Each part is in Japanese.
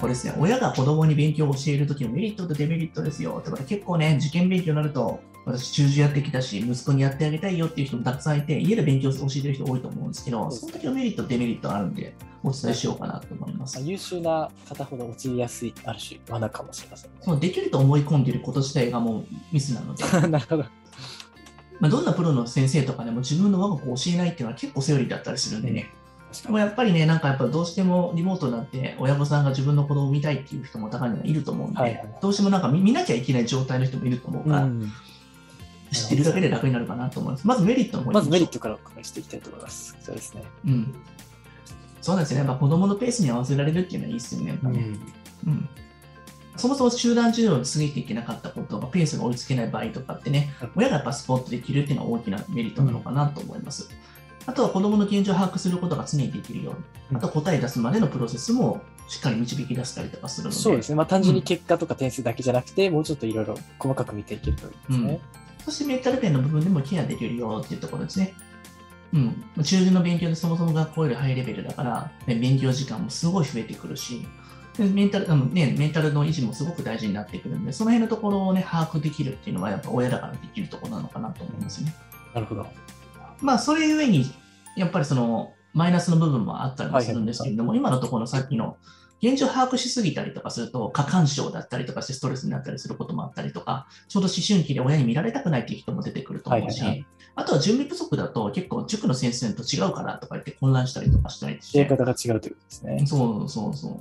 これですね、親が子供に勉強を教えるときのメリットとデメリットですよってことで結構ね、受験勉強になると、私、中受やってきたし、息子にやってあげたいよっていう人もたくさんいて、家で勉強を教えてる人多いと思うんですけど、その時のメリット、デメリットあるんで、お伝えしようかなと思います。優秀な方ほど陥りやすい、ある種、罠かもしれません、ね、そうできると思い込んでいること自体がもうミ スな ので。なるほど。まあ、どんなプロの先生とかでも自分の我が子を教えないっていうのは結構セオリーだったりするんでね。でもやっぱりね、なんかやっぱどうしてもリモートになって親御さんが自分の子供を見たいっていう人も中にはいると思うんで、はいはいはい、どうしてもなんか見なきゃいけない状態の人もいると思うから、うん、知ってるだけで楽になるかなと思います。まずメリットの方まずメリットからお伺いしていきたいと思います。そうですね。うん。そうなんですよね。まあ、子供のペースに合わせられるっていうのはいいですよね。うん、うん、そもそも集団授業に過ぎていけなかったことがペースが追いつけない場合とかってね、親がやっぱスポットできるっていうのは大きなメリットなのかなと思います。うんあとは子どもの現状を把握することが常にできるように、あと答え出すまでのプロセスもしっかり導き出したりとかするので、そうですね、まあ、単純に結果とか点数だけじゃなくて、うん、もうちょっといろいろ細かく見ていけるといいですね、うん、そしてメンタル面の部分でもケアできるよっていうところですね。うん、中旬の勉強でそもそも学校よりハイレベルだから、ね、勉強時間もすごい増えてくるし、メンタルあの、ね、メンタルの維持もすごく大事になってくるんで、その辺のところを、ね、把握できるっていうのは、やっぱ親だからできるところなのかなと思いますね。なるほど。まあ、それゆえに、やっぱりそのマイナスの部分もあったりもするんですけれども、今のところのさっきの現状把握しすぎたりとかすると、過干渉だったりとかしてストレスになったりすることもあったりとか、ちょうど思春期で親に見られたくないっていう人も出てくると思うし、はいはいはい、あとは準備不足だと結構塾の先生と違うからとか言って混乱したりとかしたりして。方が違うということですね。そうそうそう。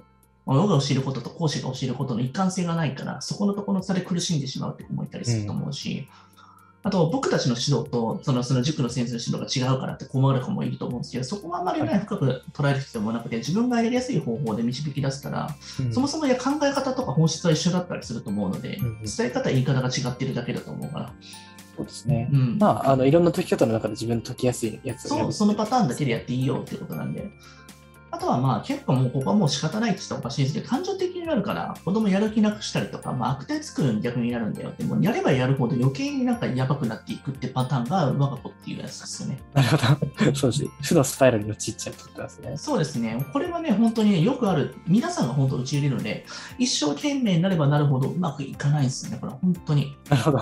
親が教えることと講師が教えることの一貫性がないから、そこのところの差で苦しんでしまうって思ったりすると思うし、うんあと僕たちの指導とそのその塾の先生の指導が違うからって困る子もいると思うんですけど、そこはあまり、ね、深く捉える必要もなくて、自分がやりやすい方法で導き出すから、うん、そもそもや考え方とか本質は一緒だったりすると思うので、うん、伝え方、言い方が違ってるだけだと思うから。そうですね、うん、まあ、あのいろんな解き方の中で自分解きやすいやつそうそのパターンだけでやっていいよってことなんで、あとはまあ結構もうここはもう仕方ないって言ったらおかしいですけど、感情的になるから子供やる気なくしたりとか、まあ、悪態つくに逆になるんだよって、もうやればやるほど余計になんかやばくなっていくってパターンが我が子っていうやつですよね。なるほど。そうですね。負のスパイラルに陥っちゃうってことですね。そうですね。これはね、本当に、ね、よくある、皆さんが本当陥れるので、一生懸命になればなるほどうまくいかないんですよね、これ本当に。なるほど。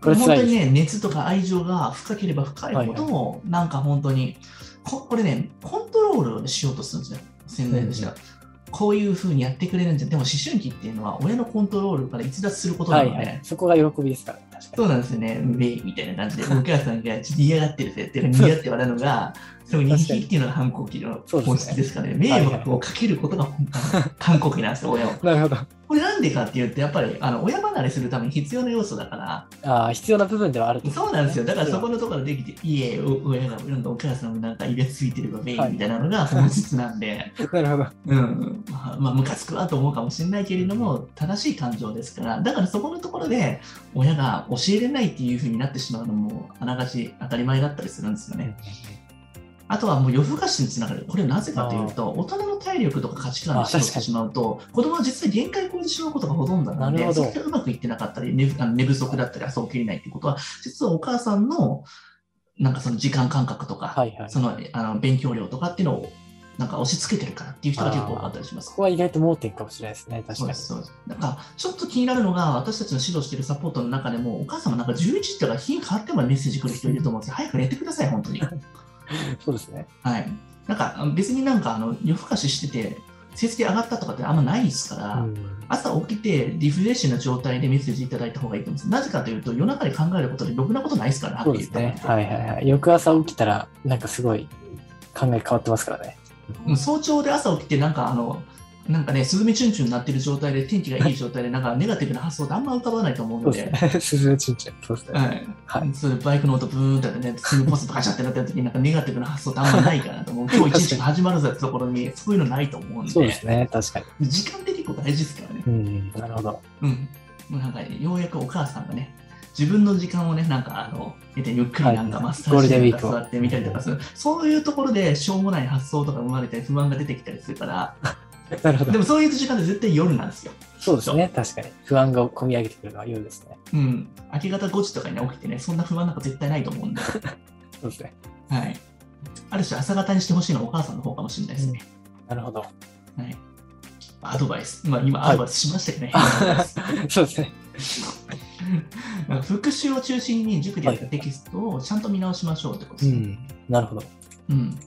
これ本当にね、熱とか愛情が深ければ深いほど、はいはい、なんか本当に、ここれね、コントロールしようとするんですよ、潜在としては。こういうふうにやってくれるんじゃでも思春期っていうのは親のコントロールから逸脱することなので、はいはい、そこが喜びですから、ね、そうなんですよね、うん、ウェイみたいな感じで、お母さんがちょっと嫌がってるぜっていうの嫌って笑うのが、その人気っていうのが反抗期の本質ですからね、ね迷惑をかけることが反抗期なんですよ、親を。なるほど。これなんでかっていうと、やっぱりあの親離れするために必要な要素だから、あ必要な部分ではある、ね、そうなんですよ、だからそこのところできて、いえ、親が、お母さんもなんかイラついてるわ、メイみたいなのが本質なんで、はい、なるほど。うん、まあ、まあ、ムカつくわと思うかもしれないけれども、正しい感情ですから、だからそこのところで、親が教えれないっていうふうになってしまうのも、あながち当たり前だったりするんですよね。あとはもう夜更かしにつながる、これなぜかというと、大人の体力とか価値観にしようしてしまうと、子供は実は限界を超えてしまうことがほとんどなので、それがうまくいってなかったり、寝あの寝不足だったり、朝起きれないってことは、実はお母さんのなんかその時間感覚とか、はいはい、そのあの勉強量とかっていうのをなんか押し付けてるからっていう人が結構多かったりします。ここは意外と盲点かもしれないですね、確かに。そうですなんか、ちょっと気になるのが、私たちの指導しているサポートの中でも、お母様なんか11ってから日変わってもメッセージ来る人いると思うんですよ。早く寝てください、本当に。そうですね。はい。なんか別になんかあの夜更かししてて、成績上がったとかってあんまないですから、うん、朝起きてリフレッシュな状態でメッセージいただいた方がいいと思います。なぜかというと、夜中で考えることでろくなことないですから、そうですね。はいはいはい。翌朝起きたら、なんかすごい考え変わってますからね。早朝で朝起きて、なんかあの、なんかね、スズメチュンチュンになってる状態で、天気がいい状態で、なんかネガティブな発想ってあんま浮かばないと思うので、スズメチュンチュン、そうですね。はい。はい、それバイクの音、ブーンってね、すぐポストカシャってなってる時に、なんかネガティブな発想ってあんまないかなと思う。今日一日が始まるぞってところに、そういうのないと思うんで、 そうですね、確かに。時間って結構大事ですからね。うん、なるほど。うん。もうなんか、ね、ようやくお母さんがね、自分の時間をね、なんかあの、ゆっくりなんかマッサージで座ってみたりとかする、そういうところでしょうもない発想とか生まれたり、不満が出てきたりするから、なるほどでもそういう時間で絶対夜なんですよ。そうですね、確かに。不安が込み上げてくるのは夜ですね。うん。明け方5時とかに、ね、起きてね、そんな不安なんか絶対ないと思うんで。そうですね。はい。ある種、朝方にしてほしいのはお母さんの方かもしれないですね。。うん、なるほど。はいアドバイス、まあ、今はいアドバイスしましたよ ね、そうですね。なんか復習を中心に塾でやったテキストをちゃんと見直しましょうってことでうすね。ん。なるほど。うん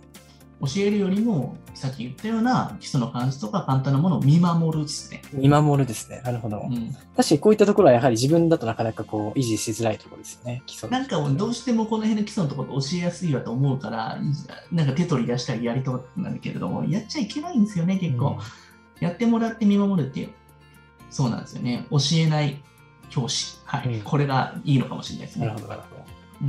教えるよりも、さっき言ったような基礎の漢字とか簡単なものを見守るですね。見守るですね。なるほど。うん、確かにこういったところはやはり自分だとなかなかこう維持しづらいところですよね。基礎なんかどうしてもこの辺の基礎のところ教えやすいわと思うから、なんか手取り出したりやりとくなるけれども、やっちゃいけないんですよね、結構。やってもらって見守るっていう。そうなんですよね。教えない教師。はい。うんこれがいいのかもしれないですうんなるねほ。ど、なるほど。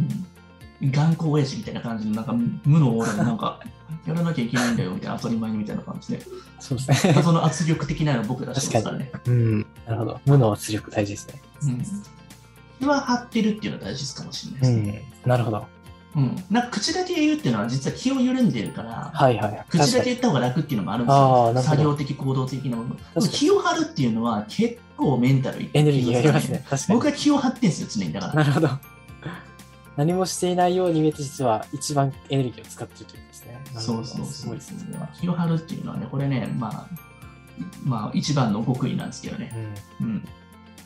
うん。頑固親父みたいな感じの、なんか無のオーラで、なんか、 やらなきゃいけないんだよみたいな、当たり前にみたいな感じで。そ うですね。その圧力的なの僕らしてますからね。うん。なるほど。無の圧力大事ですね。うん。それは張ってるっていうのは大事かもしれないでうすね。ん。なるほど。うん。なんか口だけ言うっていうのは、実は気を緩んでるから、はいはいはい。口だけ確言った方が楽っていうのもあるんあーなでするよ。ほど作業的、行動的なもの。でかもに気を張るっていうのは結構メンタルいエネルギーがいりますね。確かに僕。は気を張ってんですよ、常に。だから。なるほど。何もしていないように見えて、実は一番エネルギーを使ってるということですね。なるほどそうそうそう。すごいですね。それは気を張るっていうのはね、これね、まあ、まあ、一番の極意なんですけどね。うん。うん。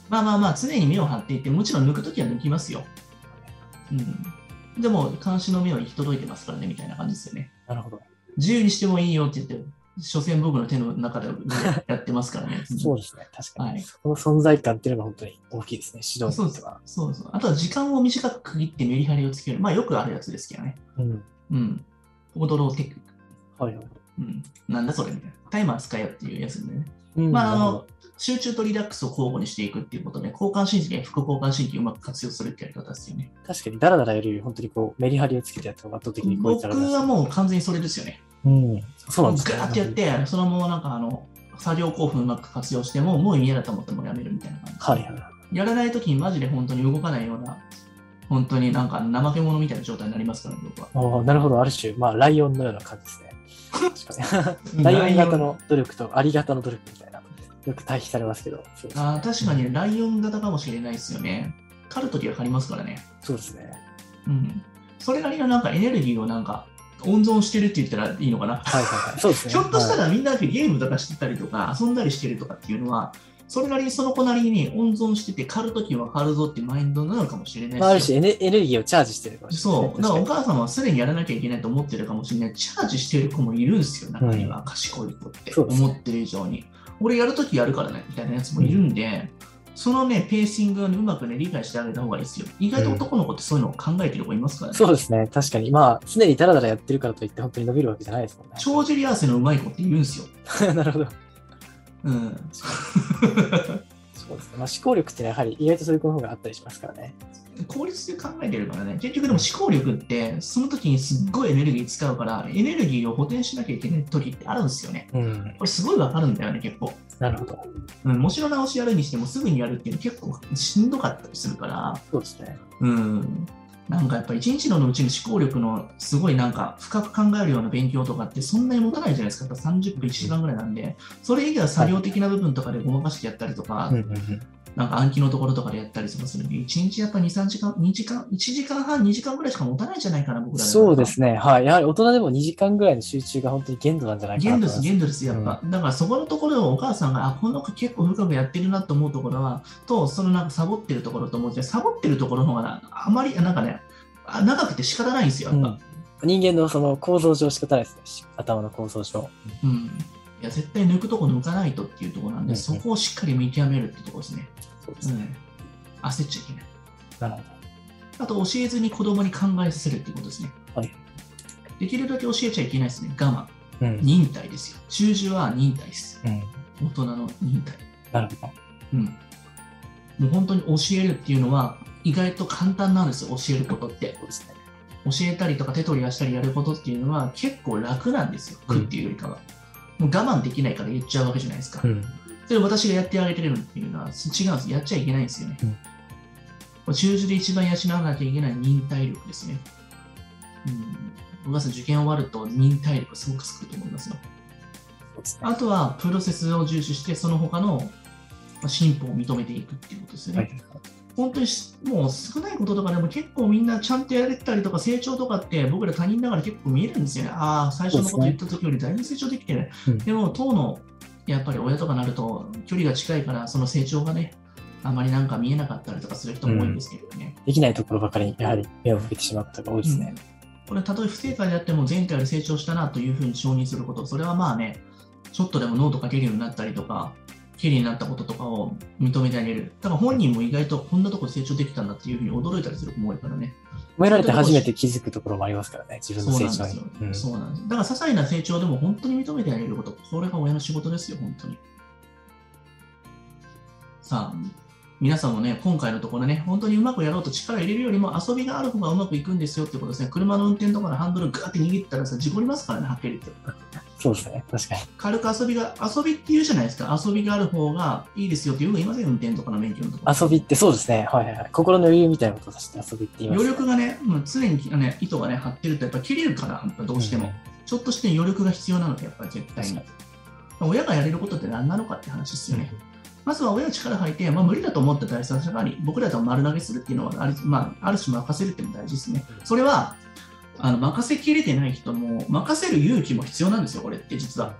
まあまあまあ、常に目を張っていって、もちろん抜くときは抜きますよ。うん。でも、監視の目は行き届いてますからね、みたいな感じですよね。なるほど。自由にしてもいいよって言って、所詮僕の手の中でやってますからね。 そうですね。確かはいに。そこの存在感っていうのが本当に大きいですね。指導そう者ですは。そうそう。あとは時間を短く区切ってメリハリをつける。まあ、よくあるやつですけどね。うん。うん。踊ろうテクニック。はいはい。うん。なんだそれみたいな。タイマー使えよっていうやつでね。うんまあ、あなるほのど集中とリラックスを交互にしていくっていうことで、交感神経や副交感神経をうまく活用するってやり方ですよね。確かに、ダラダラより、本当にこう、メリハリをつけてやった方が圧倒的にこういった僕らしいはもう完全にそれですよね。うん。そうなんガですねーってやって、そのままなんかあの作業興奮うまく活用しても、もう嫌だと思ってもやめるみたいな感じ。はいはい。やらないときにマジで本当に動かないような、本当になんか怠け者みたいな状態になりますからね、僕は。おーなるほど、ある種、まあ、ライオンのような感じですね。確かに ライオン型の努力とアリ型の努力みたいな、よく対比されますけど、そうですね。あー確かにライオン型かもしれないですよね。狩るときは狩りますからね。そうですね。うん。それなりのなんかエネルギーをなんか温存してるって言ったらいいのかな。はいはいはい。そうですね。ひょっとしたはいらみんなでゲームとかしてたりとか、遊んだりしてるとかっていうのは、それなりにその子なりに温存してて、狩るときは狩るぞってマインドなのかもしれまあ、なあいるし、種エネ、エネルギーをチャージしてるかもしれないそですう、ね。だからお確か母様はすでにやらなきゃいけないと思ってるかもしれない、チャージしてる子もいるんですよ、中には、賢い子って、そうですね思ってる以上に。俺やるときやるからね、みたいなやつもいるんで、そのね、ペーシングをね、うまくね、理解してあげた方がいいですよ。意外と男の子ってそういうのを考えてる子いますからにね。そうですね。確かに。まあ、常にダラダラやってるからといって、本当に伸びるわけじゃないですもんね。帳尻合わせのうまい子っているんですよ。 なるほど。うん。そうですね。まあ、思考力っていうのはやはり意外とそういう子の方があったりしますからね。効率で考えてるからね、結局でも思考力って、その時にすっごいエネルギー使うから、エネルギーを補填しなきゃいけない時ってあるんですよね。うん。これすごいわかるんだよね、結構。なるほど。うん、もちろん直しやるにしても、すぐにやるっていうの結構しんどかったりするから、そうですね。うん。なんかやっぱ一日のうちに思考力のすごいなんか深く考えるような勉強とかってそんなに持たないじゃないですか、やっぱ30分1時間ぐらいなんで、それ以外は作業的な部分とかでごまかしてやったりとかうん、うんうん。なんか暗記のところとかでやったりとかするんで、1日やっぱ2、3時間、2時間、1時間半、2時間ぐらいしか持たないんじゃないかな、僕らのそうですね。はい。やはり大人でも2時間ぐらいの集中が本当に限度なんじゃないかなと限度で思いますす、。限度です、やっぱ。だからそこのところをお母さんが、あ、この子結構深くやってるなと思うところは、と、そのなんかサボってるところと思うて、サボってるところの方が、あまり、なんかね、あ長くて仕方ないんですよ、やっぱ。うん、人間のその構造上仕方ないですねし頭の構造上うん。いや、絶対抜くとこ抜かないとっていうところなんで、うんそこをしっかり見極めるってところですね。そうでうすね、ん。焦っちゃいけない。なるほあと、教えずに子供に考えさせるっていうことですね。はいできるだけ教えちゃいけないですね。我慢。どうん、忍耐ですよ。中樹は忍耐です。うん、大人の忍耐。なるほどうん。もう本当に教えるっていうのは意外と簡単なんですよ、教えることって。そうですね教えたりとか手取り出したりやることっていうのは結構楽なんですよ、うん苦っていうよりかは。もう我慢できないから言っちゃうわけじゃないですか。うんそれ私がやってあげてるのっていうのは違うんです。やっちゃいけないんですよね。うんもう中樹で一番養わなきゃいけない忍耐力ですね。うん。お母さん受験終わると忍耐力すごくつくと思いますよ。そうですねあとはプロセスを重視して、その他のまあ進歩を認めていくっていうことですよね。はい本当にしもう少ないこととかでも結構みんなちゃんとやれてたりとか成長とかって僕ら他人だから結構見えるんですよね。ああ、最初のこと言った時よりだいぶ成長できてる。うんでも当のやっぱり親とかなると距離が近いからその成長がねあまりなんか見えなかったりとかする人も多いんですけどね、できないところばかりにやはり目を向けてしまうことが多いですね。これたとえ不正解であっても前回より成長したなというふうに承認することそれはまあねちょっとでもノート書けるようになったりとか綺麗になったこととかを認めてあげるだから本人も意外とこんなとこ成長できたんだっていうふうに驚いたりする子も多いからね褒められて初めて気づくところもありますからね、自分そのうなん成です長よに。、そうなんですだから些細な成長でも本当に認めてあげることこれが親の仕事ですよ本当にさあ皆さんもね今回のところね本当にうまくやろうと力入れるよりも遊びがある方がうまくいくんですよってことですね車の運転とかのハンドルガーって握ったらさ事故りますからねはっきり言ってそうですね、確かに。軽く遊びが、遊びって言うじゃないですか、遊びがある方がいいですよってよく言いません、運転とかの免許のところ。遊びってそうですね、はいはいはい。心の余裕みたいなことをして遊びって言います、余力がね、もう常にあのね糸がね、張ってるとやっぱ切れるから、やっぱどうしても、うんちょっとして余力が必要なので、やっぱり絶対に。確親がやれることって何なのかって話ですよね。まずは親の力入って、まあ、無理だと思った第三者側に僕らと丸投げするっていうのはある,、まあ、ある種任せるっていうのも大事ですね。それはあの任せきれてない人も任せる勇気も必要なんですよ、これって実は。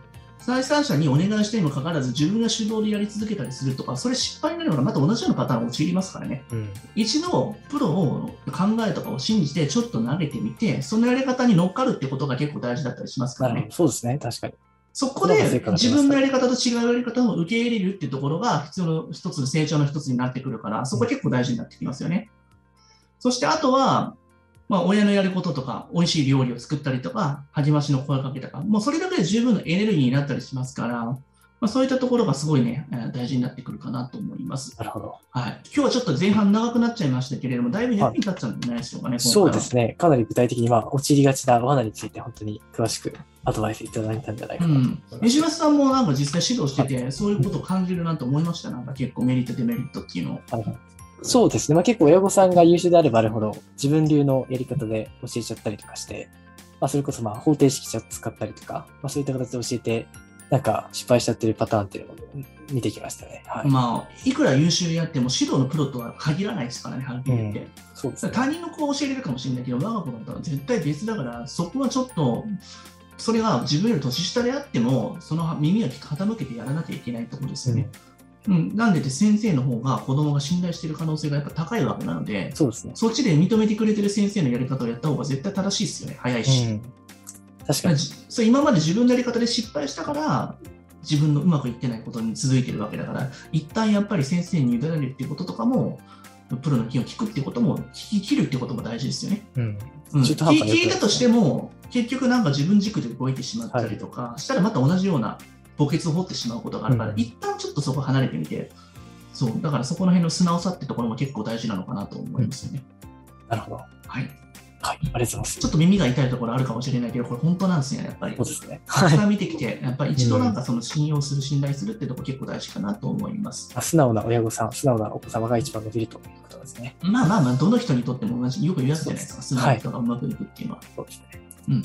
第三者にお願いしてにもかかわらず自分が主導でやり続けたりするとかそれ失敗になればまた同じようなパターンに陥りますからねうん、一度プロの考えとかを信じてちょっと投げてみてそのやり方に乗っかるってことが結構大事だったりしますかならるねほど、そうですね、確かに。そこそでうですね自分のやり方と違うやり方を受け入れるっていうところが必要の一つの成長の一つになってくるから、そこは結構大事になってきますよね。そしてあとは、まあ、親のやることとか、美味しい料理を作ったりとか、励ましの声かけとか、もうそれだけで十分のエネルギーになったりしますから、まあ、そういったところがすごいね、えー大事になってくるかなと思います。なるほど。はい。今日はちょっと前半長くなっちゃいましたけれども、だいぶ役に立ったんじゃないでしょうかね、今回そはうですね、かなり具体的に、まあ、陥りがちな罠について、本当に詳しくアドバイスいただいたんじゃないかうなと思いんます。、江島さんもなんか実際指導してて、そういうことを感じるなと思いました、なんか結構メリット、デメリットっていうのを。はいはいそうですね、まあ、結構親御さんが優秀であればあるほど自分流のやり方で教えちゃったりとかして、まあ、それこそまあ方程式使ったりとか、まあ、そういった形で教えてなんか失敗しちゃってるパターンっていうのを見てきましたね。はいまあ、いくら優秀であっても指導のプロとは限らないですからね、はっきり言って。そうですね他人の子は教えれるかもしれないけど、我が子だったら絶対別だから、そこはちょっと、それが自分より年下であっても、その耳を傾けてやらなきゃいけないところですよね。うんなんでって先生の方が子供が信頼している可能性がやっぱ高いわけなので、そうですね、そっちで認めてくれてる先生のやり方をやった方が絶対正しいですよね、早いし。うん、確だかからにじそう今まで自分のやり方で失敗したから自分のうまくいってないことに続いてるわけだから一旦やっぱり先生に委ねるっていうこととかもプロの意見を聞くってことも聞き切るってことも大事ですよね。うんうん、中途半聞端な聞いたとしても結局なんか自分軸で動いてしまったりとか、したらまた同じような墓穴を掘ってしまうことがあるから、うん一旦ちょっとそこ離れてみてそうだからそこの辺の素直さってところも結構大事なのかなと思いますよね。なるほど。はい、はい、ありがとうございます。ちょっと耳が痛いところあるかもしれないけどこれ本当なんですよねやっぱり。そうですね。たはくいさん見てきて、やっぱり一度なんかその信用する、信頼するってとこ結構大事かなと思います。まあ素直な親御さん、素直なお子様が一番伸びるということですね。まあまあまあ、どの人にとっても同じ、よく言うやつじゃないですか、素うです直な人がうまくいくっていうのは。そうですね。うん